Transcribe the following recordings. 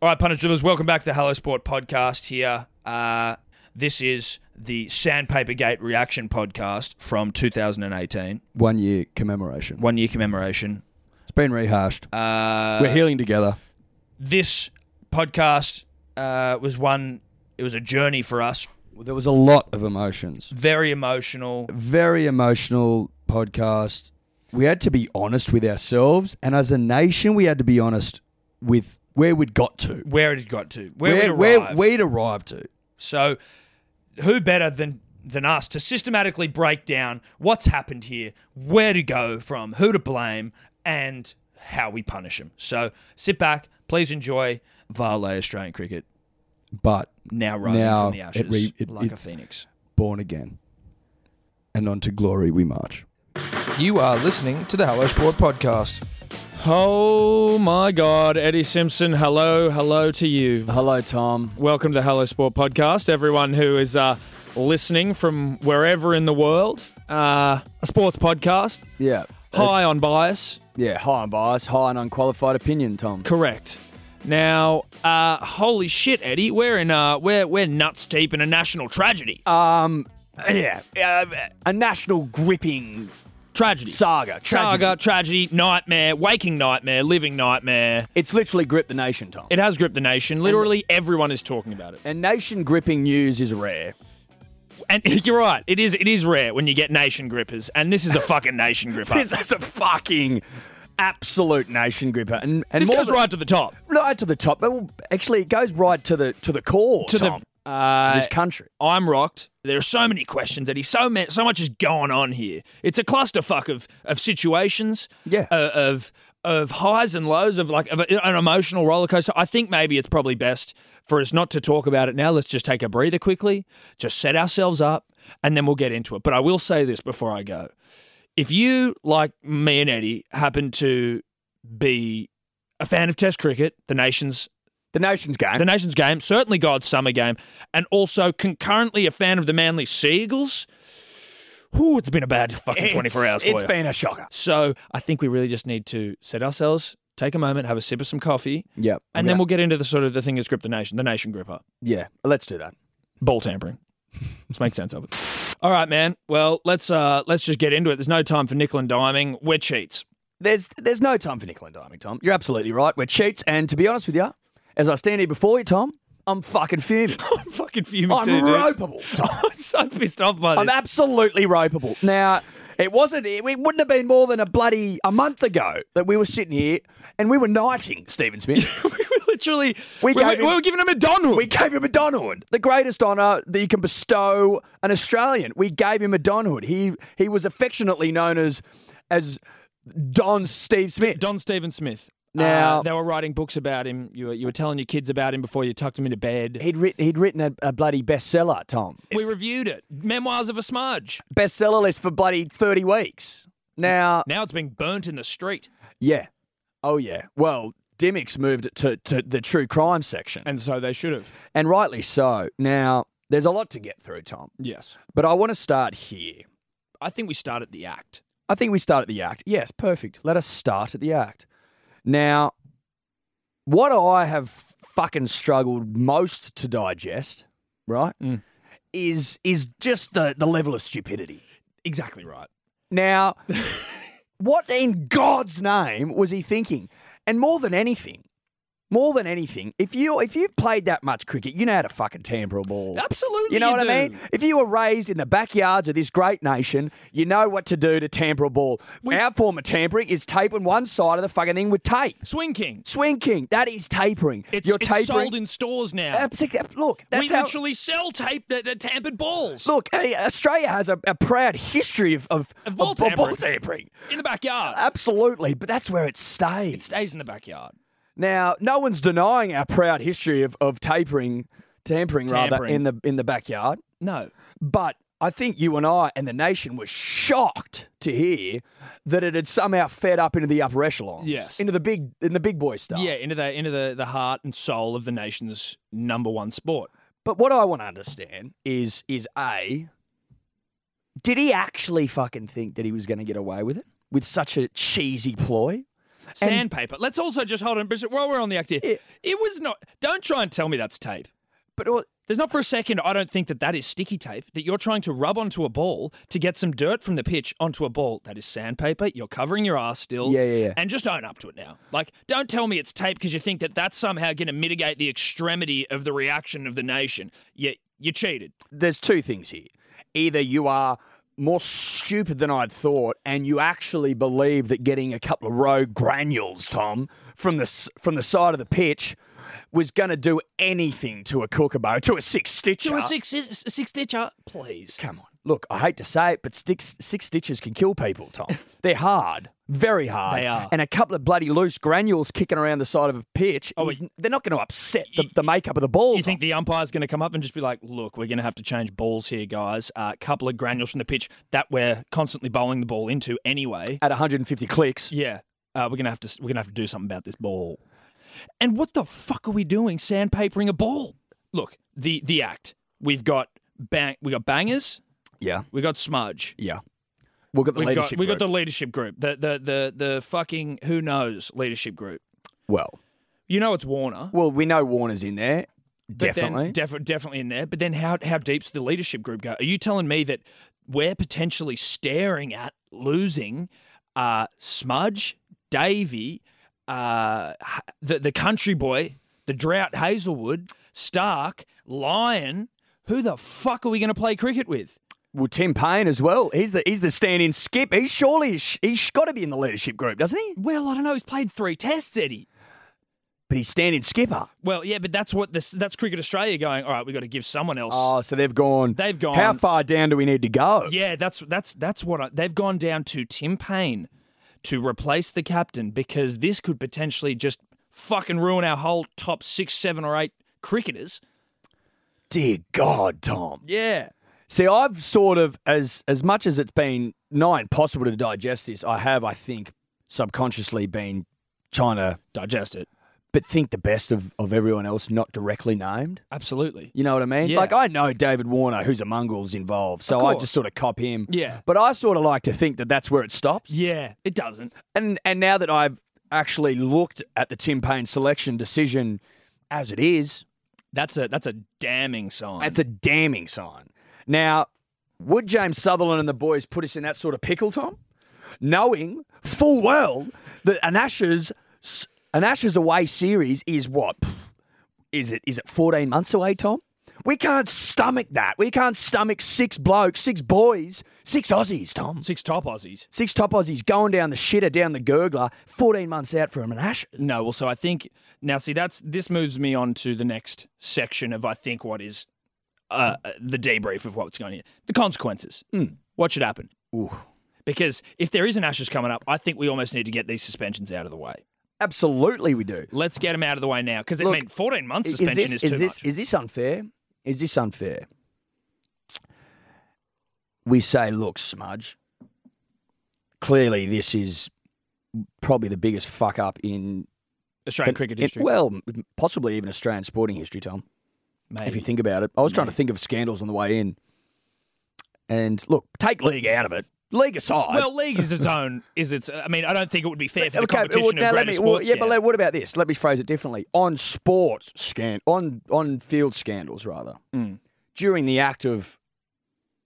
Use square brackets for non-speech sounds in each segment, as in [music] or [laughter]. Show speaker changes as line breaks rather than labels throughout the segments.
All right, Punish Dribblers, welcome back to the Hello Sport podcast here. Uh, this is the Sandpaper Gate reaction podcast from 2018,
One year commemoration.
one year commemoration.
It's been rehashed.
Uh,
We're healing together.
this podcast uh, was one, it was a journey for us.
There was a lot of emotions.
Very emotional.
Very emotional podcast. We had to be honest with ourselves, and as a nation, we had to be honest with where we'd got to,
Where it got to, where, it
where,
arrived.
we'd arrived to.
So, who better than than us to systematically break down what's happened here, where to go from, who to blame, and how we punish them. So, sit back, please enjoy Vale Australian cricket
But
now rising
Now
from the
it
ashes
re- it-
like
it-
a phoenix.
born again, and on to glory we march.
You are listening to the Hello Sport podcast.
Oh my God, Eddie Simpson. Hello, hello to you.
Hello, Tom.
Welcome to the Hello Sport podcast. Everyone who is uh, listening from wherever in the world, uh, a sports podcast,
Yeah. Uh,
high on bias.
Yeah, high on bias, high on unqualified opinion, Tom.
Correct. Now, uh, holy shit, Eddie, we're in uh, we're we're nuts deep in a national tragedy.
Um, yeah, uh, a national gripping
tragedy,
saga. Tragedy.
saga, tragedy, nightmare, waking nightmare, living nightmare.
It's literally gripped the nation, Tom.
It has gripped the nation. Literally, everyone is talking about it.
and nation gripping news is rare. [laughs]
And [laughs] you're right. It is it is rare when you get nation grippers, and this is a fucking nation gripper.
[laughs] This is a fucking absolute nation gripper. And, and
this
more
goes
than-
right to the top.
right to the top. But well, actually, it goes right to the to the core,
To
Tom,
the uh,
of this country.
I'm rocked. There are so many questions, Eddie. So ma- so much is going on here. It's a clusterfuck of of situations.
Yeah.
Uh, of of highs and lows of like of a- an emotional roller coaster. I think maybe it's probably best for us not to talk about it now. Let's just take a breather quickly, just set ourselves up, and then we'll get into it. But I will say this before I go: if you, like me and Eddie, happen to be a fan of Test cricket, the nation's
The nation's game.
the Nations game, certainly God's summer game, and also concurrently a fan of the Manly Seagulls. Whew, it's been a bad fucking 24 hours
It's-
for
It's
you.
been a shocker.
so I think we really just need to set ourselves, take a moment, have a sip of some coffee,
Yep.
and then we'll get into the sort of the thing that's gripped the nation, the nation gripper,
yeah, let's do that.
ball
[laughs]
tampering. Let's make sense of it. All right, man. Well, let's uh let's just get into it. There's no time for nickel and diming. We're cheats. [laughs]
There's there's no time for nickel and diming, Tom. You're absolutely right. We're cheats, and to be honest with you, as I stand here before you, Tom, I'm
[laughs]
fucking fuming.
I'm fucking fuming
I'm
too, dude.
ropeable,
[laughs]
Tom.
I'm so pissed off by this.
I'm absolutely ropeable. Now, it wasn't. It, it wouldn't have been more than a bloody a month ago that we were sitting here and we were knighting Stephen Smith.
[laughs] we were literally we,
We
we,
gave him-
we were giving him a Donald.
we gave him a Donhood, the greatest honour that you can bestow an Australian. We gave him a Donhood. He he was affectionately known as as Don Steve Smith.
Don Stephen Smith.
Eh, Now-
uh, they were writing books about him. You were, you were telling your kids about him before you tucked him into bed.
He'd written, he'd written a, a bloody bestseller, Tom.
We reviewed it. Memoirs of a Smudge.
bestseller list for bloody 30 weeks. Now,
Now it's being burnt in the street.
yeah. Oh, yeah. Well, Dimmick's moved it to, to the true crime section, and,
And so they should have.
rightly so. Now, there's a lot to get through, Tom,
Yes.
but I want to start here.
I think we start at the act.
I think we start at the act. Yes, perfect. Let us start at the act. Now, what I have fucking struggled most to digest, right,
Mm.
is is just the, the level of stupidity.
Exactly right.
Now, what in God's name was he thinking? And more than anything, more than anything, if you if you've played that much cricket, you know how to fucking tamper a ball.
Absolutely.
You know what I
do.
mean? If you were raised in the backyards of this great nation, you know what to do to tamper a ball. Our form of tampering is taping one side of the fucking thing with tape.
Swing King.
Swing king, that is tapering.
It's,
You're
it's
tapering.
sold in stores now.
Abs- Look, that's
we
how.
literally sell tape, uh, uh, tampered balls
Look, hey, Australia has a, a proud history of of,
Of ball
ball
tampering.
tampering.
in the backyard.
uh, Absolutely, but that's where it stays.
it stays in the backyard.
Now, no one's denying our proud history of, of tapering, tampering rather
Tampering.
in the in the backyard.
No.
But I think you and I and the nation were shocked to hear that it had somehow fed up into the upper echelons,
Yes.
into the big in the big boy stuff.
Yeah, into the into the, the heart and soul of the nation's number one sport.
But what I want to understand is is a did he actually fucking think that he was going to get away with it with such a cheesy ploy?
Sandpaper. Let's also just hold on but while we're on the act here.
Yeah.
It was not. Don't try and tell me that's tape.
But all-
There's not for a second I don't think that that is sticky tape that you're trying to rub onto a ball to get some dirt from the pitch onto a ball. That is sandpaper. You're covering your ass still.
Yeah, yeah, yeah.
And just own up to it now. Like, don't tell me it's tape because you think that that's somehow going to mitigate the extremity of the reaction of the nation. You, you cheated.
there's two things here. Either you are more stupid than I'd thought, and you actually believe that getting a couple of rogue granules, Tom, from the s- from the side of the pitch, was going to do anything to a kookaburra, to a six stitcher.
To a six, six stitcher, please.
Come on, look, I hate to say it, but six six stitches can kill people,
[laughs]
Tom. They're hard, very hard.
They are.
and a couple of bloody loose granules kicking around the side of a pitch. is- they're not going to upset the, the makeup of the ball.
Oh, You
Tom.
think the umpire's going to come up and just be like, look, we're going to have to change balls here, guys. A couple of granules from the pitch that we're constantly bowling the ball into anyway.
at 150 clicks?
Yeah, uh, we're gonna have to we're gonna have to do something about this ball. And what the fuck are we doing? Sandpapering a ball? Look, the the act. We've got bang. We got bangers.
Yeah,
We got smudge.
yeah. We've got the
We've got,
leadership.
we got
group.
the leadership group. The the the the fucking who knows leadership group.
well.
You know it's Warner.
Well, we know Warner's in there.
But
Definitely.
Then, defi- definitely in there. But then how how deep's the leadership group go? Are you telling me that we're potentially staring at losing uh, Smudge, Davy, uh, H- the the country boy, the drought Hazelwood, Stark, Lyon? Who the fuck are we going to play cricket with?
well, Tim Payne as well. He's the he's the stand-in skip. He's surely he's got to be in the leadership group, doesn't he?
Well, I don't know. He's played three tests, Eddie.
But he's stand-in skipper.
Well, yeah, but that's what this that's Cricket Australia going. All right, we got to give someone else.
Oh, so they've gone.
They've gone-
How far down do we need to go?
Yeah, that's that's that's what I, they've gone down to Tim Payne to replace the captain because this could potentially just fucking ruin our whole top six, seven, or eight cricketers.
Dear God, Tom.
Yeah,
See, I've sort of as as much as it's been nigh impossible to digest this. I have, I think, subconsciously been trying to,
digest it
but think the best of of everyone else not directly named.
absolutely.
You know what I mean?
Yeah.
Like I know David Warner, who's a mongrel's involved, so I
course.
just sort of cop him.
Yeah.
But I sort of like to think that that's where it stops.
Yeah, it doesn't.
And and now that I've actually looked at the Tim Payne selection decision as it is,
That's a that's a damning sign.
that's a damning sign. Now, would James Sutherland and the boys put us in that sort of pickle, Tom? Knowing full well that an Ashes an Ashes away series is what? Is it is it 14 months away, Tom? We can't stomach that. We can't stomach six blokes, six boys, six Aussies, Tom.
six top Aussies.
Six top Aussies going down the shitter, down the gurgler, 14 months out from an Ashes.
No, well, so I think now. See, that's this moves me on to the next section of I think what is uh, the debrief of what's going on here. The consequences.
Hmm.
What should happen? Because if there is an Ashes coming up, I think we almost need to get these suspensions out of the way.
Absolutely, we do.
Let's get them out of the way now because it
Look,
meant 14 months
Is
suspension
this,
is,
is,
too
this,
much.
is this unfair? Is this unfair? We say, look, Smudge, clearly this is probably the biggest fuck up in,
Australian cricket
in-
history.
well, possibly even Australian sporting history, Tom.
Maybe.
If you think about it, I was trying to think of scandals on the way in. And look, take league out of it. League aside,
well, league is its own. Is its? I mean, I don't think it would be fair for the
Okay, well,
competition
now
of
let
greater
me- well,
sports.
yeah, but let- what about this? Let me phrase it differently. On sports scan, on on field scandals rather,
Hmm.
during the act of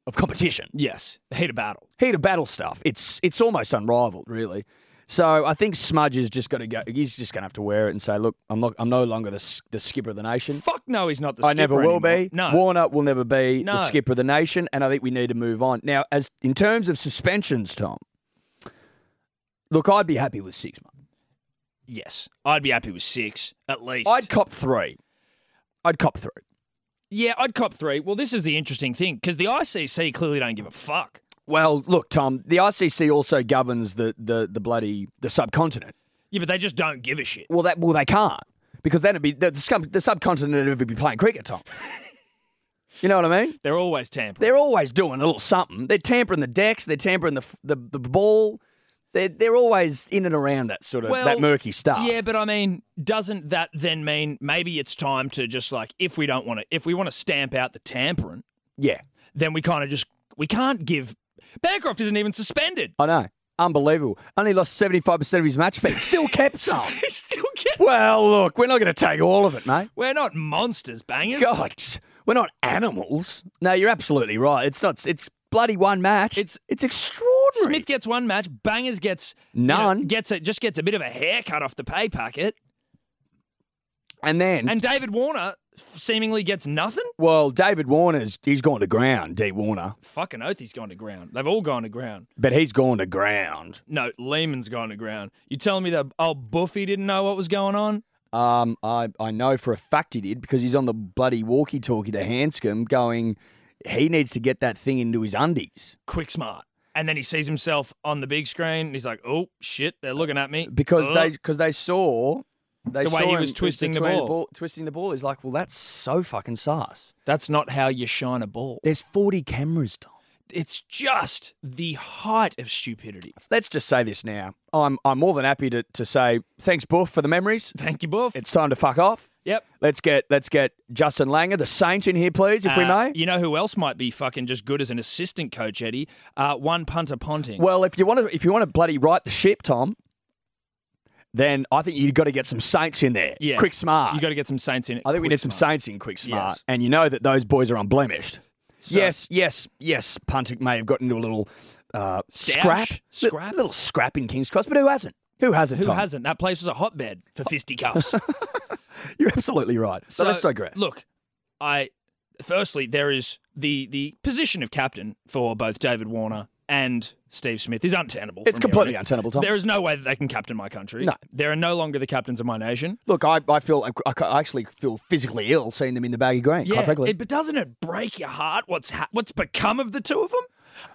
of competition,
yes, the heat of battle.
heat of battle stuff. It's it's almost unrivaled, really. So I think Smudge has just got to go. He's just going to have to wear it and say, "Look, I'm not. I'm no longer the, s- the skipper of the nation.
Fuck no, he's not the.
I never
skipper
will
anymore.
be.
No,
Warner will never be
No.
the skipper of the nation, and I think we need to move on now. As in terms of suspensions, Tom. Look, I'd be happy with six months.
yes, I'd be happy with six at least.
I'd cop three. I'd cop three.
Yeah, I'd cop three. Well, this is the interesting thing because the ICC clearly don't give a fuck.
Well, look, Tom. The ICC also governs the the, the bloody the subcontinent.
Yeah, but they just don't give a shit.
Well, that well they can't because that'd be the, the, scum- the subcontinent would be playing cricket, Tom. you know what I mean?
They're always tampering.
They're always doing a little something. They're tampering the decks. They're tampering the f- the, the ball. They're they're always in and around that sort of that murky stuff.
Yeah, but I mean, doesn't that then mean maybe it's time to just like if we don't want to, if we want to stamp out the tampering,
yeah.
then we kind of just we can't give. Bancroft isn't even suspended. [laughs]
I know. Unbelievable. Only lost 75% of his match fee. Still kept some.
Still get-
well, look, we're not going to take all of it, mate.
We're not monsters, bangers.
[laughs] God, we're not animals. No, you're absolutely right. It's not. It's bloody one match.
It's-
it's extraordinary.
Smith gets one match. Bangers gets you know,
None.
gets it. Just gets a bit of a haircut off the pay packet.
and then,
And David Warner seemingly gets nothing.
well, David Warner's he's gone to ground. D Warner,
Fucking oath, he's gone to ground. They've all gone to ground.
but he's gone to ground.
No, Lehman's gone to ground. You telling me that old Buffy didn't know what was going on?
Um, I I know for a fact he did because he's on the bloody walkie-talkie to Hanscom, going. He needs to get that thing into his undies
Quick smart. And then he sees himself on the big screen. And he's like, "Oh shit, they're looking at me."
because
Oh.
they because they saw. They
The way
saw
he
him-
was twisting the
between
ball.
Twisting the ball is like, well, that's so fucking sus.
that's not how you shine a ball.
There's 40 cameras, Tom.
It's just the height of stupidity.
Let's just say this now. I'm I'm more than happy to, to say thanks, Buff, for the memories.
Thank you, Buff.
It's time to fuck off.
yep.
Let's get let's get Justin Langer, the Saint, in here, please, if we
Uh,
may.
You know who else might be fucking just good as an assistant coach, Eddie? Uh, one punter ponting.
Well, if you want to if you want to bloody right the ship, Tom, then I think you've got to get some Saints in there.
Yeah.
Quick smart.
you got to get some saints in it.
I think we
quick
need some
smart.
Saints in quick smart,
Yes.
and you know that those boys are unblemished. yes, yes, yes. Puntick may have gotten into a little uh, scrap,
Stoush?
Li-
Scrap?
little scrap in King's Cross, but who hasn't? Who hasn't?
Who
Tom?
hasn't? That place was a hotbed for
[laughs]
fisticuffs.
You're absolutely right. So, let's digress.
Look, I firstly there is the the position of captain for both David Warner and Steve Smith is untenable.
It's
from here
completely
on in.
untenable, Tom.
There is no way that they can captain my country.
No.
They are no longer the captains of my nation.
Look, I, I feel I, I actually feel physically ill seeing them in the baggy green. quite frankly.
it- but doesn't it break your heart what's ha- what's become of the two of them?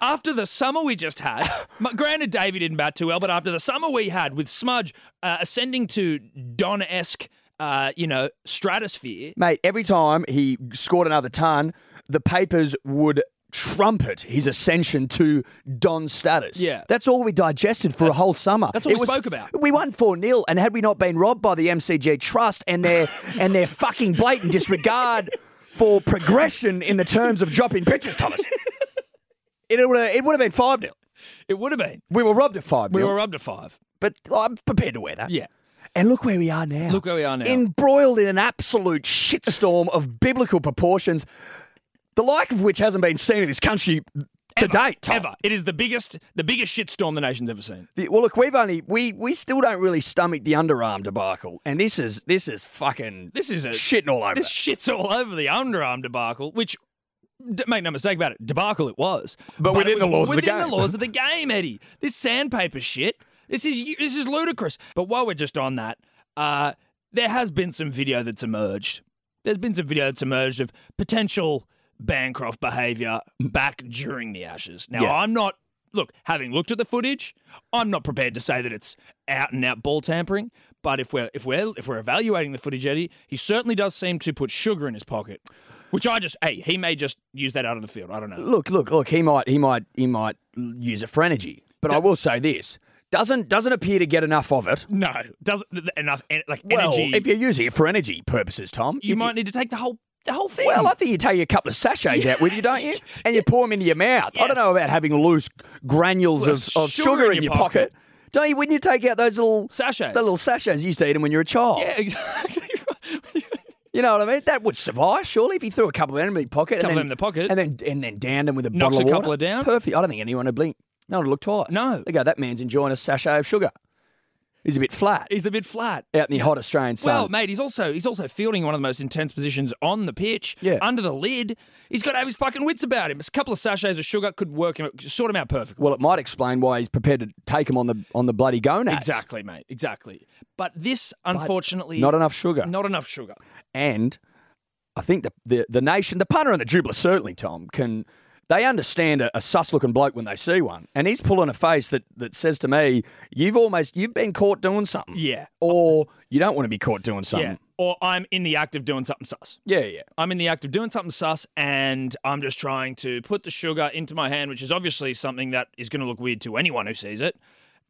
After the summer we just
[laughs]
had, m- granted Davey didn't bat too well, but after the summer we had with Smudge uh, ascending to Don esque, uh, you know, stratosphere,
Mate, every time he scored another ton, the papers would trumpet his ascension to Don status.
Yeah.
That's all we digested for a whole summer.
that's all we spoke about.
We won 4 0, and had we not been robbed by the MCG Trust and
[laughs]
their, and their fucking blatant disregard for progression in the terms of dropping
[laughs]
pitches, Thomas, it would have it would have been 5 0.
it would have been.
We were robbed at 5
We
0,
were up to five.
but I'm prepared to wear that.
Yeah.
And look where we are now.
Look where we are now.
Embroiled in an absolute shitstorm of biblical proportions, the like of which hasn't been seen in this country to date. Tom.
Ever. It is the biggest the biggest shitstorm the nation's ever seen.
The- well, look, we've only we we still don't really stomach the underarm debacle, and this is this is fucking
This is a
shitting all over.
This
it.
shit's all over the underarm debacle, which d- make no mistake about it, debacle it was. But,
within
it was
the laws of the
within
game.
laws of the game, Eddie. This sandpaper shit. This is u- this is ludicrous. But while we're just on that, uh, there has been some video that's emerged. There's been some video that's emerged of potential Bancroft behaviour back during the Ashes. Now
Yeah.
I'm not. Look, having looked at the footage, I'm not prepared to say that it's out and out ball tampering. But if we're if we're if we're evaluating the footage, Eddie, he certainly does seem to put sugar in his pocket, which I just hey he may just use that out of the field. I don't know.
Look, look, look. He might he might he might use it for energy, but I will say this doesn't doesn't appear to get enough of it.
No, doesn't enough en- like
Well,
energy.
if you're using it for energy purposes, Tom,
you
if
might need to take the whole the whole thing.
Well, I think you take a couple of sachets out with you, don't you? And you pour them into your mouth. I don't
Yes.
know about having loose granules
Well,
of, of sugar, in your pocket. Don't you? Wouldn't you take out those little
Sachets.
The little sachets you used to eat them when you were a
[laughs]
child.
yeah, exactly. [laughs] right.
You know what I mean? That would suffice, surely, if you threw a couple of them in your pocket.
Couple of
and then,
them in the pocket.
and then and then downed them with a
Knocks
bottle
a
of
couple
water.
of down.
Perfect. I don't think anyone would blink. No one would look twice.
No.
They go, that man's enjoying a sachet of sugar. He's a bit flat
He's a bit flat.
out in the hot Australian sun.
Well, mate, he's also he's also fielding one of the most intense positions on the pitch.
Yeah.
Under the lid, he's got to have his fucking wits about him. A couple of sachets of sugar could work him sort him out perfectly.
well, it might explain why he's prepared to take him on the on the bloody gonads.
Exactly, mate. Exactly. But this, unfortunately,
Not enough sugar.
not enough sugar.
and I think the, the the nation, the punter and the jubler certainly, Tom, can they understand a, a sus looking bloke when they see one, and he's pulling a face that that says to me, "You've almost you've been caught doing something."
Yeah.
Or you don't want to be caught doing
Yeah.
something.
Or I'm in the act of doing something sus.
Yeah, yeah.
I'm in the act of doing something sus, and I'm just trying to put the sugar into my hand, which is obviously something that is going to look weird to anyone who sees it,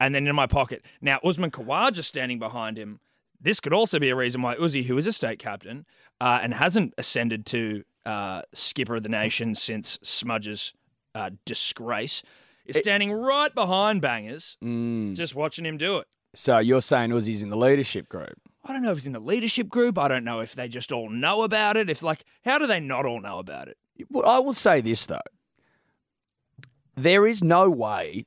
and then in my pocket. Now, Usman Khawaja standing behind him. This could also be a reason why Uzi, who is a state captain uh, and hasn't ascended to uh, skipper of the nation since Smudge's uh, disgrace, is standing right behind Bangers, just watching him do it.
So you're saying Uzi's in the leadership group?
I don't know if he's in the leadership group. I don't know if they just all know about it. If like, how do they not all know about it?
Well, I will say this though: there is no way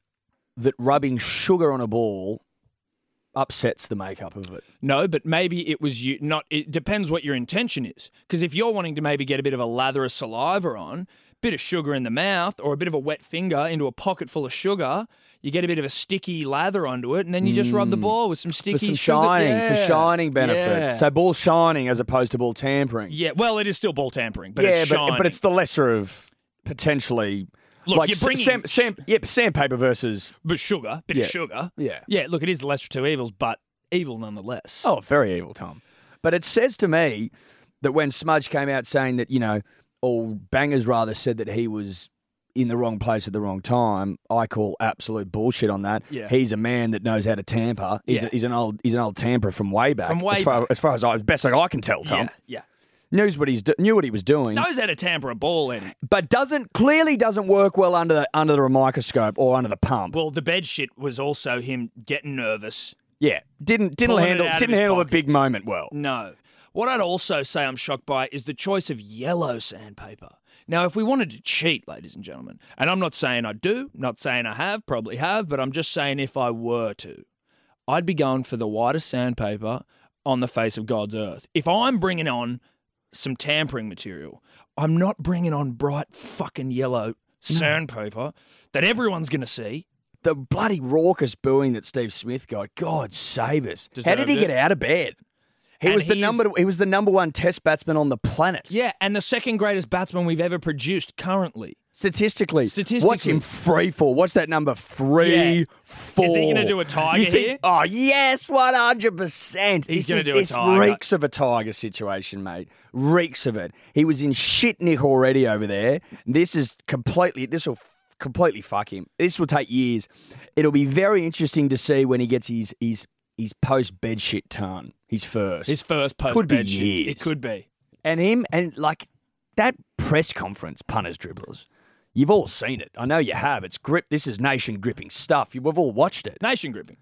that rubbing sugar on a ball upsets the makeup of it.
No, but maybe it was you. Not it depends what your intention is. Because if you're wanting to maybe get a bit of a lather of saliva on, bit of sugar in the mouth, or a bit of a wet finger into a pocket full of sugar, you get a bit of a sticky lather onto it, and then you just rub the ball with some sticky
Mm. For some
sugar-
shining, for
Yeah.
shining benefits.
Yeah.
So ball shining as opposed to ball tampering.
yeah, well, it is still ball tampering, but it's
but,
shining.
but it's the lesser of potentially.
Look,
like
you're
s-
bringing
sam-
s-
sam- yeah, but sandpaper versus
but sugar, bit
Yeah.
of sugar.
yeah.
Yeah, look, it is the lesser of two evils, but evil nonetheless.
Oh, very evil, Tom. But it says to me that when Smudge came out saying that, you know, or Bangers rather said that he was in the wrong place at the wrong time, I call absolute bullshit on that.
Yeah.
He's a man that knows how to tamper. He's,
Yeah.
he's an old he's an old tamperer from way back.
From way
as far, As, far as I best I can tell, Tom.
yeah, yeah.
Knows what he's do- knew what he was doing.
Knows how to tamper a ball, Eddie.
But doesn't clearly doesn't work well under the under the microscope or under the pump.
Well, the bed shit was also him getting nervous.
yeah. Didn't didn't
Pulling it
handle
out of
didn't
his
handle the
pocket.
big moment well.
No. What I'd also say I'm shocked by is the choice of yellow sandpaper. Now, if we wanted to cheat, ladies and gentlemen, and I'm not saying I do, not saying I have, probably have, but I'm just saying if I were to, I'd be going for the whitest sandpaper on the face of God's earth. If I'm bringing on some tampering material, I'm not bringing on bright fucking yellow sandpaper that everyone's going to see.
the bloody raucous booing that Steve Smith got. God save us! How did
Deserved
he
it.
get out of bed? He
And
was the
he's-
number. He was the number one Test batsman on the planet.
Yeah, and the second greatest batsman we've ever produced currently.
Statistically, watch
Statistically.
him free fall. Watch that number free
Yeah.
fall.
Is he gonna do a tiger
You think-
here?
Oh yes, one hundred percent.
He's gonna
going to
do a
this
tiger.
Reeks of a tiger situation, mate. Reeks of it. He was in shit nick already over there. This is completely. This will f- completely fuck him. This will take years. It'll be very interesting to see when he gets his his his post bed shit ton. His first.
His first post
Could be
bed shit.
years.
It could be.
and him and like that press conference punters dribblers you've all seen it i know you have it's grip this is nation gripping stuff You- we've all watched it
Nation gripping.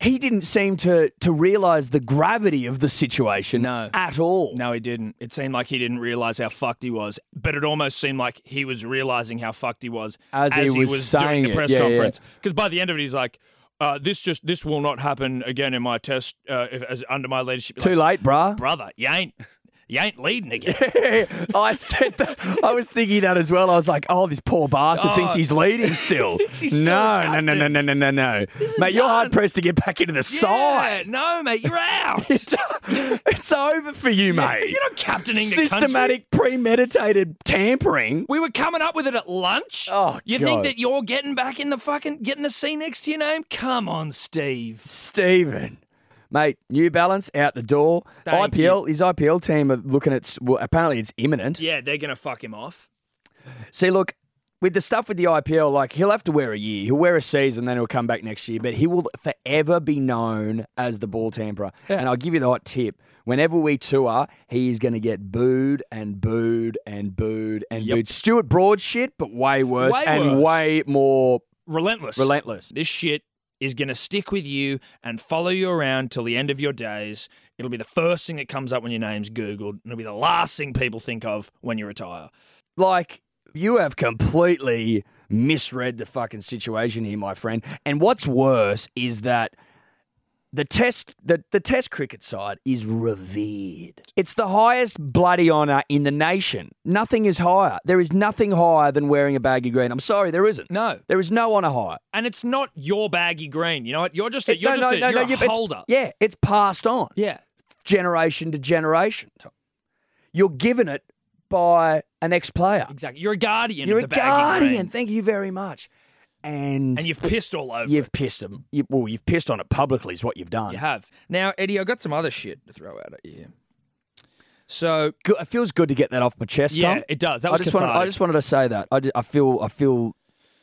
he didn't seem to to realize the gravity of the situation
No.
at all
No, he didn't. It seemed like he didn't realize how fucked he was, but it almost seemed like he was realizing how fucked he was
As he was saying
doing the
it.
press
Yeah, yeah, yeah.
conference. Because by the end of it, he's like, uh, "This just this will not happen again in my test uh, if, as under my leadership."
too
Like,
late bruh [laughs]
brother, you ain't you ain't leading again.
I said that. I was thinking that as well. I was like, "Oh, this poor bastard
Oh.
thinks he's leading
[laughs]
still."
he's still
no, no,
captain.
no, no, no, no, no, no, mate. You're hard pressed to get back into the
Yeah,
side. [laughs]
no, mate, you're out.
It's, it's over for you,
[laughs]
mate.
You're not captaining the country.
systematic premeditated tampering.
We were coming up with it at lunch.
Oh,
you
God.
think that you're getting back in the fucking getting a C next to your name? Come on, Steve.
Steven. Mate, New Balance out the door.
Thank
IPL, his IPL team are looking at, well, apparently it's imminent.
Yeah, they're gonna fuck him off.
See, look, with the stuff with the IPL, like he'll have to wear a year, he'll wear a season, then he'll come back next year, but he will forever be known as the ball tamperer. And I'll give you the hot tip. Whenever we tour, he is going to get booed and booed and booed and booed. Stuart Broad shit, but way worse
Way
and
worse.
way more
Relentless.
relentless.
This shit is gonna stick with you and follow you around till the end of your days. It'll be the first thing that comes up when your name's Googled, and it'll be the last thing people think of when you retire.
like you have completely misread the fucking situation here, my friend. And what's worse is that the test the, the test cricket side is revered. It's the highest bloody honour in the nation. Nothing is higher. There is nothing higher than wearing a baggy green. I'm sorry, there isn't.
No.
There is no honour higher.
And it's not your baggy green. You know what? You're just a, you're
no,
just
no,
a,
no,
you're
no,
a
you- it's-
holder.
Yeah, it's passed on.
yeah.
Generation to generation. Tom. You're given it by an ex player.
Exactly. You're a guardian
You're
of
a
the baggy
guardian.
green.
Thank you very much. And,
And you've pissed all over.
you've pissed them. You, well, you've pissed on it publicly is what you've done.
You have. Now, Eddie, I've got some other shit to throw out at you. here. So,
Good- it feels good to get that off my chest.
yeah,
Tom.
it does. That
I
was
just wanted. I
cathartic.
just wanted to say that. I, ju- I feel. I feel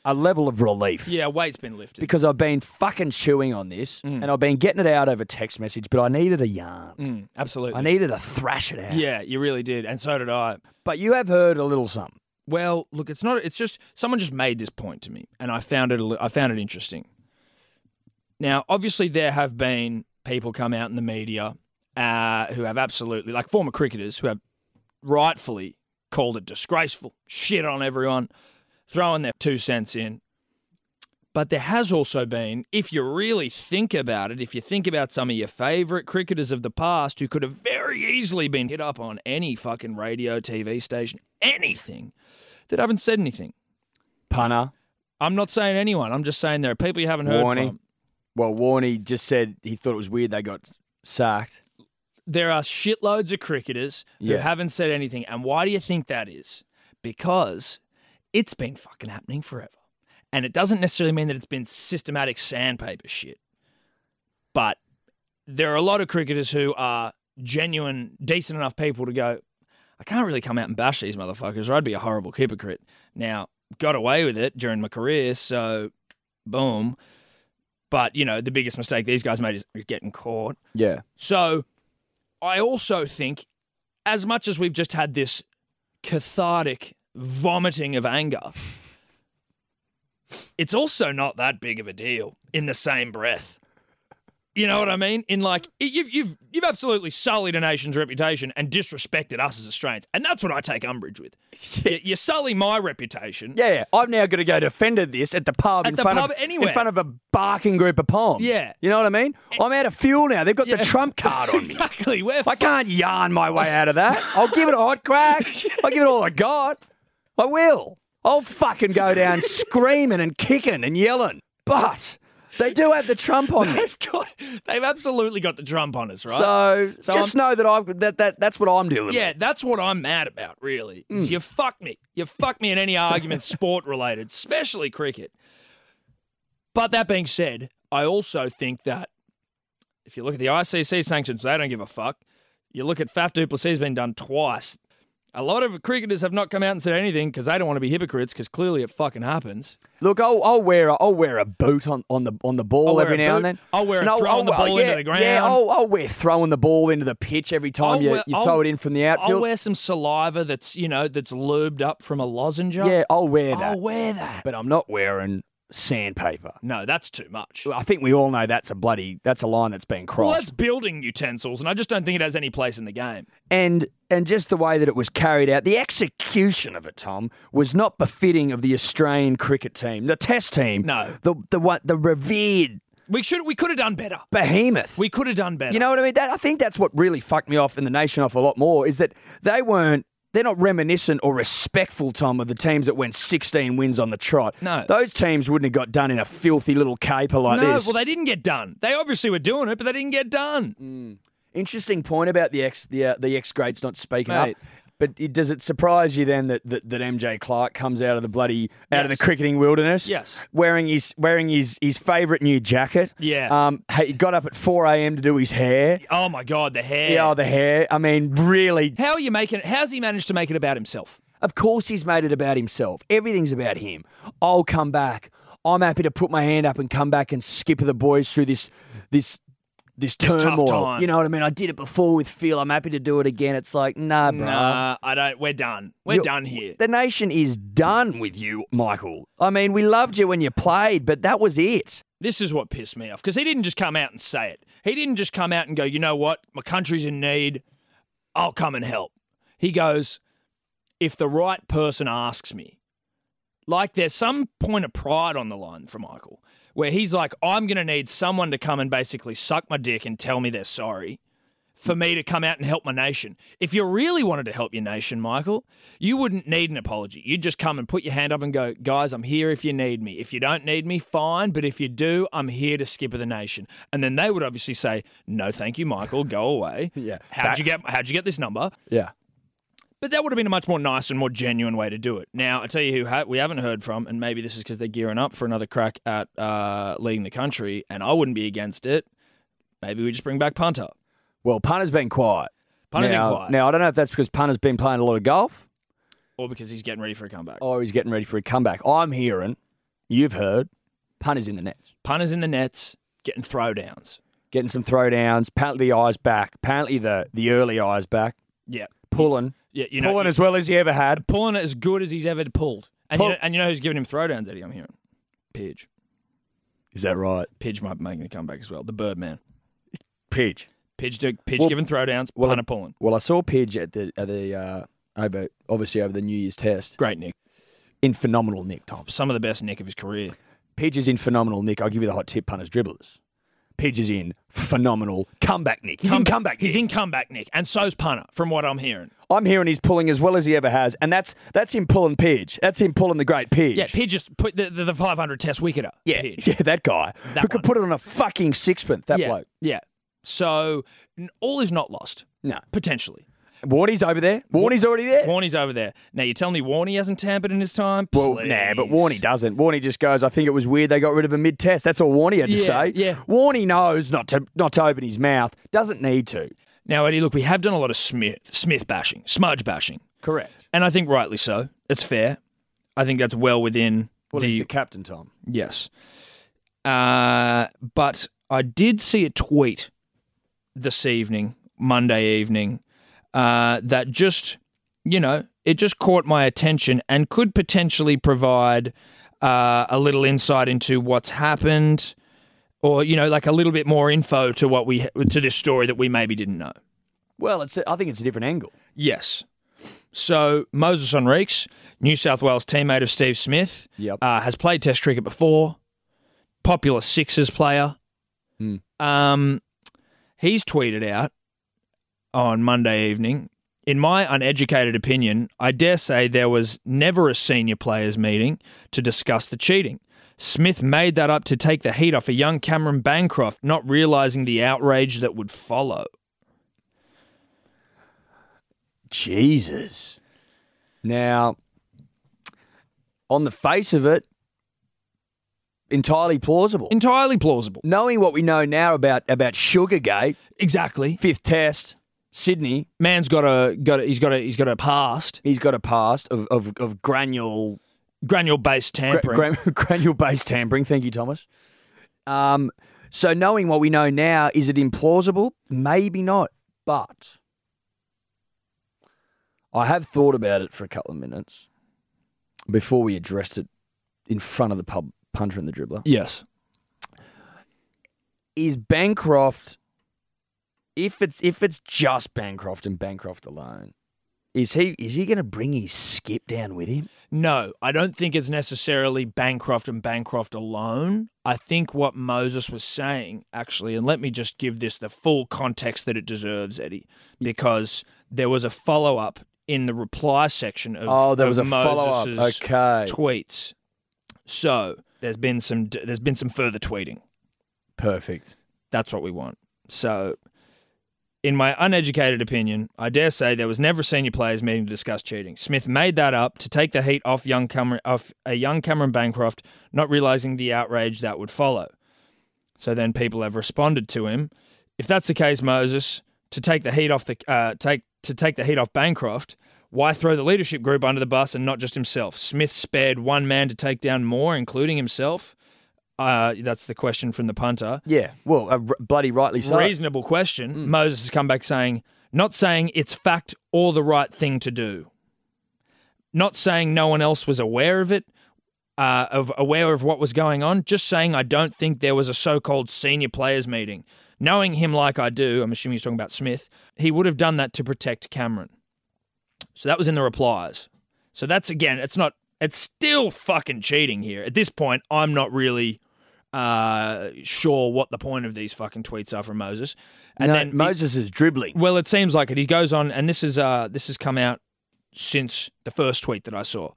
a level of relief.
Yeah, weight's been lifted.
Because I've been fucking chewing on this, and I've been getting it out over text message, but I needed a yarn.
Mm, absolutely.
I needed to thrash it out.
yeah, you really did. And so did I.
But you have heard a little something.
Well, look, it's not. It's just someone just made this point to me, and I found it. a li- I found it interesting. Now, obviously, there have been people come out in the media uh, who have absolutely, like former cricketers, who have rightfully called it disgraceful, shit on everyone, throwing their two cents in. But there has also been, if you really think about it, if you think about some of your favourite cricketers of the past who could have very easily been hit up on any fucking radio, TV station, anything, that haven't said anything.
Punter.
I'm not saying anyone. I'm just saying there are people you haven't heard
Warney.
from.
Well, Warney just said he thought it was weird they got sacked.
there are shitloads of cricketers who
Yeah.
haven't said anything. And why do you think that is? Because it's been fucking happening forever. And it doesn't necessarily mean that it's been systematic sandpaper shit. But there are a lot of cricketers who are genuine, decent enough people to go, I can't really come out and bash these motherfuckers or I'd be a horrible hypocrite. Now, got away with it during my career, so boom. But, you know, the biggest mistake these guys made is is getting caught.
Yeah.
So I also think, as much as we've just had this cathartic vomiting of anger, it's also not that big of a deal in the same breath. You know what I mean? In like y- you've you've you've absolutely sullied a nation's reputation and disrespected us as Australians, and that's what I take umbrage
[laughs]
with. You, you sully my reputation,
Yeah, yeah. I've now got to go defend this at the pub
At
in
the
front
pub,
of
anywhere.
in front of a barking group of palms.
Yeah. Eh.
You know what I mean? I'm out of fuel now. They've got
Yeah.
the
[laughs]
Trump card on me.
Exactly. We're
I can't yarn my way out of that. I'll give it a hot
[laughs]
crack. I'll give it all I got. I will. I'll fucking
[laughs]
go down screaming and kicking and yelling. But they do have the Trump on me.
[laughs] they've got they've absolutely got the trump on us, right?
So,
So
just know that I've that, that that's what I'm dealing
Yeah, that's what I'm mad about, really. Is
Hmm.
You fuck me. You fuck me in any
[laughs]
argument sport related, especially cricket. But that being said, I also think that if you look at the ICC sanctions, they don't give a fuck. You look at Faf Duplessis has been done twice. A lot of cricketers have not come out and said anything because they don't want to be hypocrites because clearly it fucking happens.
with. Look, I'll, I'll wear a, I'll wear a boot on, on the on the ball
I'll wear
every
a
now and
boot.
then.
I'll wear a throwing the ball
yeah,
into the ground.
Yeah, I'll, I'll wear throwing the ball into the pitch every time
I'll
you,
wear-
Oh, you
I'll-
throw it in from the
I'll
outfield.
wear some saliva that's, you know, that's lubed up from a lozenge.
yeah, I'll wear that,
I'll wear that.
but I'm not wearing sandpaper.
No, that's too much.
I think we all know that's a bloody that's a line that's been crossed.
Well, that's building utensils, and I just don't think it has any place in the game.
and and just the way that it was carried out, the execution of it, Tom, was not befitting of the Australian cricket team, the Test team,
No.
the the one, the revered
We should we could have done better.
behemoth.
We could have done better.
you know what I mean? That, I think that's what really fucked me off and the nation off a lot more is that they weren't. They're not reminiscent or respectful, Tom, of the teams that went 16 wins on the trot.
No.
Those teams wouldn't have got done in a filthy little caper like
no,
this.
well they didn't get done. They obviously were doing it, but they didn't get done.
Mm. Interesting point about the ex the uh, the ex grades not speaking
Mate.
up. But it, does it surprise you then that, that that MJ Clark comes out of the bloody out of the
Yes.
cricketing wilderness?
Yes.
wearing his wearing his his favourite new jacket.
Yeah.
um, he got up at four a.m. to do his hair.
Oh my god, the hair.
Yeah, oh, the hair. I mean, really.
How are you making? How's he managed to make it about himself?
Of course, he's made it about himself. Everything's about him. I'll come back. I'm happy to put my hand up and come back and skipper the boys through this this this
tough
turmoil.
time.
You know what I mean? I did it before with Phil. I'm happy to do it again. It's like, nah, bro.
Nah, Uh, I don't. We're done. We're
You're-
done here.
The nation is done with you, Michael. I mean, we loved you when you played, but that was it.
This is what pissed me off because he didn't just come out and say it. He didn't just come out and go, you know what, my country's in need. I'll come and help. He goes, if the right person asks me. Like there's some point of pride on the line for Michael where he's like, I'm going to need someone to come and basically suck my dick and tell me they're sorry for me to come out and help my nation. If you really wanted to help your nation, Michael, you wouldn't need an apology. You'd just come and put your hand up and go, guys, I'm here if you need me. If you don't need me, fine. But if you do, I'm here to skipper the nation. And then they would obviously say, no, thank you, Michael, go away.
Yeah.
How'd you get, how'd you get this number?
Yeah.
But that would have been a much more nice and more genuine way to do it. Now, I tell you who ha- we haven't heard from, and maybe this is because they're gearing up for another crack at uh, leading the country, and I wouldn't be against it. Maybe we just bring back Punter.
Well, punter's been quiet.
Punter's
now,
in quiet,
Now I don't know if that's because punter's been playing a lot of golf
or because he's getting ready for a comeback.
or he's getting ready for a comeback. I'm hearing, you've heard, punter's in the nets,
Punter's in the nets, getting throwdowns.
getting some throwdowns. Apparently the eyes back. Apparently the the early eyes back.
Yeah.
Pulling.
Yeah, you know,
Pulling as well as he ever had.
pulling it as good as he's ever pulled. And,
Pull-
you know, and you know who's giving him throwdowns, Eddie? I'm hearing Pidge.
Is that right?
Pidge might be making a comeback as well. The Birdman.
Pidge.
Pidge, do- Pidge
Well-
giving throwdowns.
well,
punter pulling.
Well, I saw Pidge at the at the uh, over obviously over the New Year's test
Great Nick.
in phenomenal nick, Tom.
Some of the best Nick of his career.
Pidge is in phenomenal nick. I'll give you the hot tip, punters, dribblers. Pidge is in phenomenal comeback nick. He's in comeback.
He's
nick.
in comeback, Nick. And so's punter, from what I'm hearing.
I'm hearing he's pulling as well as he ever has, and that's that's him pulling Pidge. That's him pulling the great Pidge.
Yeah, Pidge just put the, the, the 500 test wicketer. [laughs]
yeah,
Pidge.
[laughs] yeah, that guy
That
who could
one.
put it on a fucking sixpence. That
yeah.
bloke.
Yeah. So n- all is not lost,
No,
potentially.
Warney's over there. Warney's already there.
Warney's over there. Now, you tell me Warney hasn't tampered in his time?
Well,
Please.
nah, but Warney doesn't. Warney just goes, I think it was weird they got rid of him mid-test. That's all Warney had to
Yeah,
say.
yeah.
Warney knows not to not to open his mouth. Doesn't need to.
Now, Eddie, look, we have done a lot of Smith, Smith bashing, smudge bashing.
Correct.
And I think rightly so. It's fair. I think that's well within
Well, he's
the,
the captain, Tom.
yes. Uh, but I did see a tweet this evening, Monday evening, uh, that just you know it just caught my attention and could potentially provide uh, a little insight into what's happened, or you know, like a little bit more info to what we to this story that we maybe didn't know.
Well, it's I think it's a different angle.
Yes. So Moses Enriques, New South Wales teammate of Steve Smith,
Yep.
uh, has played Test cricket before. Popular Sixers player. Um, he's tweeted out on Monday evening. In my uneducated opinion, I dare say there was never a senior players meeting to discuss the cheating. Smith made that up to take the heat off a young Cameron Bancroft, not realizing the outrage that would follow.
Jesus. Now, on the face of it, entirely plausible.
Entirely plausible.
Knowing what we know now about about Sugargate,
Exactly.
fifth test, Sydney,
man's got a got a, he's got a he's got a past
he's got a past of of, of granule
granule based tampering.
[laughs] granule based tampering. Thank you, Thomas. Um, so knowing what we know now, is it implausible? Maybe not, but I have thought about it for a couple of minutes before we addressed it in front of the pub punter and the dribbler.
yes,
Is Bancroft if it's if it's just Bancroft and Bancroft alone, is he is he gonna bring his skip down with him?
no, I don't think it's necessarily Bancroft and Bancroft alone. I think what Moses was saying actually, and let me just give this the full context that it deserves, Eddie, because there was a follow up in the reply section of
Oh, there
of
was a follow-up.
Moses's
Okay.
tweets. So there's been some there's been some further tweeting.
Perfect.
That's what we want. So, in my uneducated opinion, I dare say there was never a senior players meeting to discuss cheating. Smith made that up to take the heat off young Cameron, off a young Cameron Bancroft, not realizing the outrage that would follow. So then people have responded to him. If that's the case, Moses, to take the heat off the uh, take to take the heat off Bancroft, why throw the leadership group under the bus and not just himself? Smith spared one man to take down more, including himself. Uh, that's the question from the punter
Yeah. Well, uh, r- bloody rightly so.
reasonable question. Moses has come back saying, not saying it's fact or the right thing to do, not saying no one else was aware of it, uh, of aware of what was going on. Just saying I don't think there was a so-called senior players meeting. Knowing him like I do, I'm assuming he's talking about Smith. He would have done that to protect Cameron. So that was in the replies. So that's again, it's not. It's still fucking cheating here. At this point, I'm not really uh, sure what the point of these fucking tweets are from Moses. And
no,
then
Moses is dribbling.
well, it seems like it. He goes on, and this is uh, this has come out since the first tweet that I saw.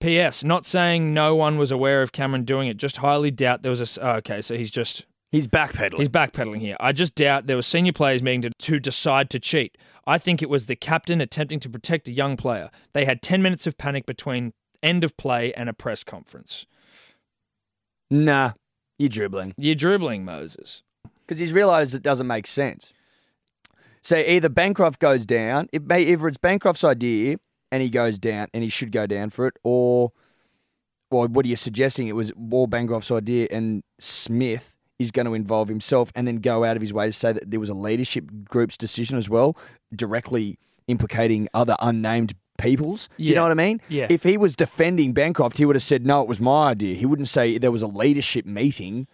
P.S. Not saying no one was aware of Cameron doing it. Just highly doubt there was a. s- oh, okay, so he's just
He's backpedaling.
He's backpedaling here. I just doubt there was senior players meeting to, to decide to cheat. I think it was the captain attempting to protect a young player. They had 10 minutes of panic between end of play and a press conference.
nah, you're dribbling
You're dribbling, Moses.
because he's realised it doesn't make sense. So either Bancroft goes down, it may either it's Bancroft's idea and he goes down and he should go down for it, or well, what are you suggesting? It was all Bancroft's idea and Smith is going to involve himself and then go out of his way to say that there was a leadership group's decision as well, directly implicating other unnamed peoples. Do you
Yeah.
know what I mean?
Yeah.
If he was defending Bancroft, he would have said, no, it was my idea. He wouldn't say there was a leadership meeting.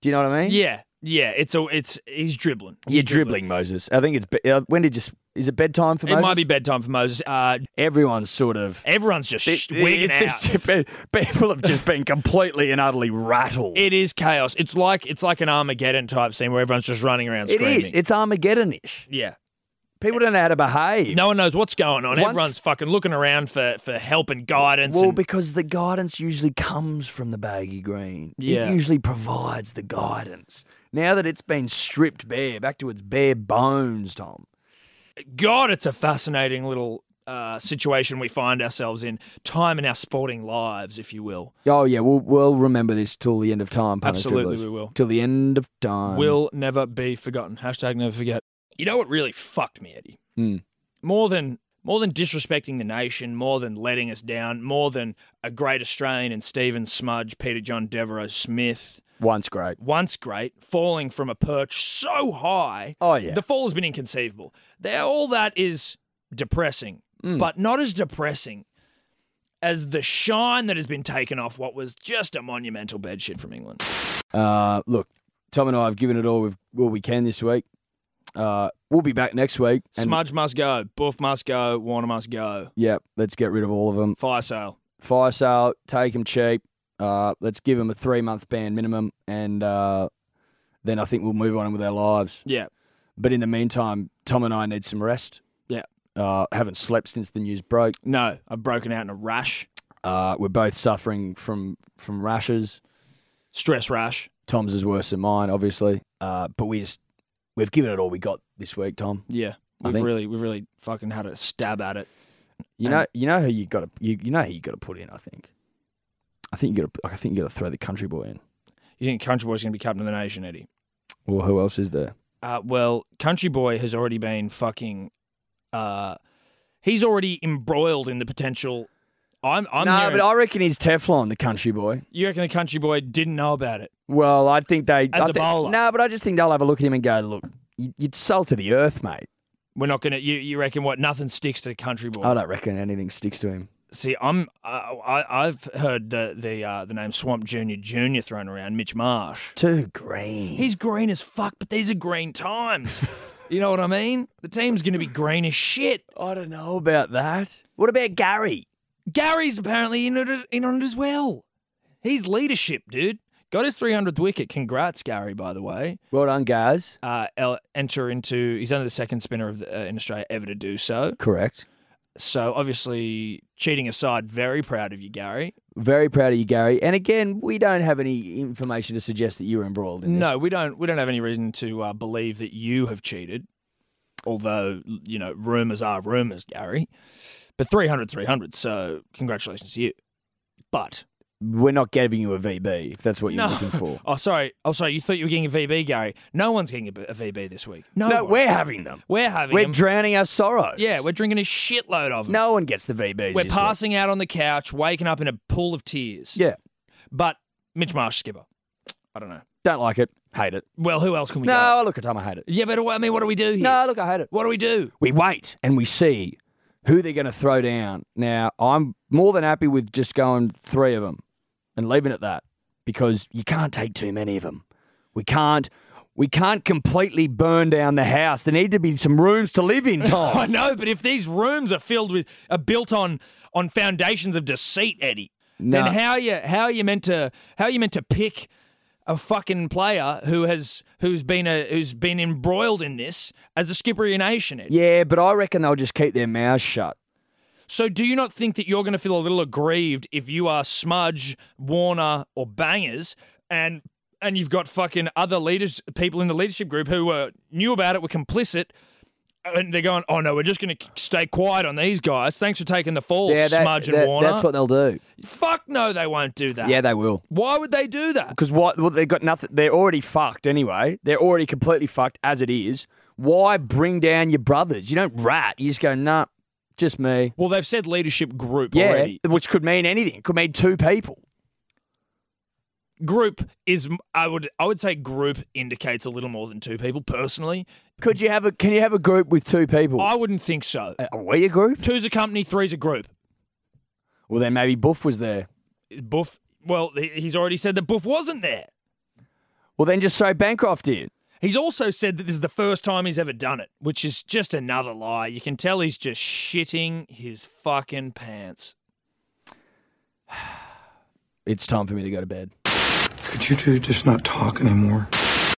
Do you know what I mean?
Yeah, yeah. It's a it's he's dribbling.
You're
He's
dribbling, Moses. I think it's. Be- uh, when did you. s- Is it bedtime for
It
Moses?
might be bedtime for Moses. Uh,
Everyone's sort of.
everyone's just sh- wigging out.
out. People have just been completely and utterly rattled.
It is chaos. It's like it's like an Armageddon type scene where everyone's just running around
it
screaming.
is. It's Armageddon ish.
yeah.
People don't know how to behave.
No one knows what's going on.
Once-
Everyone's fucking looking around for, for help and guidance.
Well,
and-
because the guidance usually comes from the baggy green.
Yeah.
It usually provides the guidance. Now that it's been stripped bare, back to its bare bones, Tom.
God, it's a fascinating little uh, situation we find ourselves in. Time in our sporting lives, if you will.
Oh yeah, we'll, we'll remember this till the end of time. Punisher
Absolutely,
Blues.
we will.
Till the end of time.
will never be forgotten. Hashtag never forget. You know what really fucked me, Eddie?
Hmm.
More than more than disrespecting the nation, more than letting us down, more than a great Australian and Stephen Smudge, Peter John Devereux Smith,
once great.
once great, falling from a perch so high.
Oh, yeah.
The fall has been inconceivable. There, all that is depressing,
Mm.
but not as depressing as the shine that has been taken off what was just a monumental bedshit from England.
Uh, look, Tom and I have given it all we've, all we can this week. Uh, we'll be back next week. And,
Smudge must go, Boof must go, Warner must go.
Yeah, let's get rid of all of them.
Fire sale.
Fire sale, take them cheap. Uh, let's give them a three month ban minimum, and uh, then I think we'll move on with our lives.
Yeah.
But in the meantime, Tom and I need some rest.
Yeah.
Uh, haven't slept since the news broke.
No, I've broken out in a rash,
Uh, we're both suffering from from rashes.
stress rash.
Tom's is worse than mine, obviously. Uh, but we just we've given it all we got this week, Tom.
Yeah.
I
We've
think-
really, we've really fucking had a stab at it.
You know, you know who you got to you, you know who you got to put in. I think. I think you got to I think you got to throw the country boy in.
You think Country Boy's going to be captain of the nation, Eddie?
Well, who else is there?
Uh, well, Country Boy has already been fucking. Uh, he's already embroiled in the potential. I'm. I'm
no,
hearing-
but I reckon he's Teflon, the country boy.
you reckon the Country Boy didn't know about it?
Well, I think they
As
I
a
think-
bowler.
No, but I just think they'll have a look at him and go, "Look, you, you'd salt to the earth, mate."
We're not gonna. You, you reckon what? Nothing sticks to Country Boy.
I don't reckon anything sticks to him.
See, I'm. Uh, I, I've heard the the uh, the name Swamp Junior Junior thrown around. Mitch Marsh.
Too green.
He's green as fuck, but these are green
[laughs]
times. you know what I mean? The team's going to be green as shit.
I don't know about that. What about Gary?
Gary's apparently in it, in on it as well. He's leadership, dude. Got his 300th wicket. Congrats, Gary, by the way.
Well done, Gaz.
Uh, el- enter into, he's only the second spinner of the, uh, in Australia ever to do so.
Correct.
So, obviously, cheating aside, very proud of you, Gary.
Very proud of you, Gary. And again, we don't have any information to suggest that you were embroiled in this.
No, we don't. We don't have any reason to uh, believe that you have cheated. Although you know, rumors are rumors, Gary. But 300, 300, So congratulations to you. But
We're not giving you a VB if that's what you're
No.
looking for.
oh, sorry. Oh, sorry. You thought you were getting a VB, Gary. No one's getting a, b- a VB this week. No,
no,
one.
we're having them.
we're having.
We're
them.
drowning our sorrows.
yeah, we're drinking a shitload of them.
no one gets the VBs.
we're
this
passing out on the couch, waking up in a pool of tears.
week. Yeah,
But Mitch Marsh, skipper. I don't know.
don't like it. Hate it.
Well, who else can we
No,
go?
I look at Tom. I hate it.
Yeah, but I mean, what do we do here?
No, look, I hate it.
What do we do?
We wait and we see who they're going to throw down. Now, I'm more than happy with just going three of them and leaving it at that because you can't take too many of them. We can't. We can't completely burn down the house. There need to be some rooms to
[laughs]
live in,
I
Tom.
know, but if these rooms are filled with are built on on foundations of deceit, Eddie,
No.
then how are you how are you meant to how are you meant to pick a fucking player who has who's been a who's been embroiled in this as the skipper of your nation, Eddie?
yeah, but I reckon they'll just keep their mouths shut.
So do you not think that you're going to feel a little aggrieved if you are Smudge, Warner, or Bangers and and you've got fucking other leaders, people in the leadership group who uh, knew about it, were complicit, and they're going, "Oh no, we're just going to stay quiet on these guys. Thanks for taking the fall,
Yeah, that-
Smudge and Ah.
that-
Warner."
That's what they'll do.
Fuck no, they won't do that.
Yeah, they will.
Why would they do that?
Because what? Well, they've got nothing. They're already fucked anyway. They're already completely fucked as it is. Why bring down your brothers? You don't rat. You just go, nah, just me.
Well, they've said leadership group
Yeah,
already.
which could mean anything. It could mean two people.
group is I would I would say group indicates a little more than two people personally.
Could you have a? Can you have a group with two people?
I wouldn't think so.
Are we a group?
Two's a company, three's a group.
Well, then maybe Buff was there.
Buff, well, he- he's already said that Buff wasn't there.
Well, then just so Bancroft did.
He's also said that this is the first time he's ever done it, which is just another lie. You can tell he's just shitting his fucking pants.
It's time for me to go to bed.
Could you two just not talk anymore?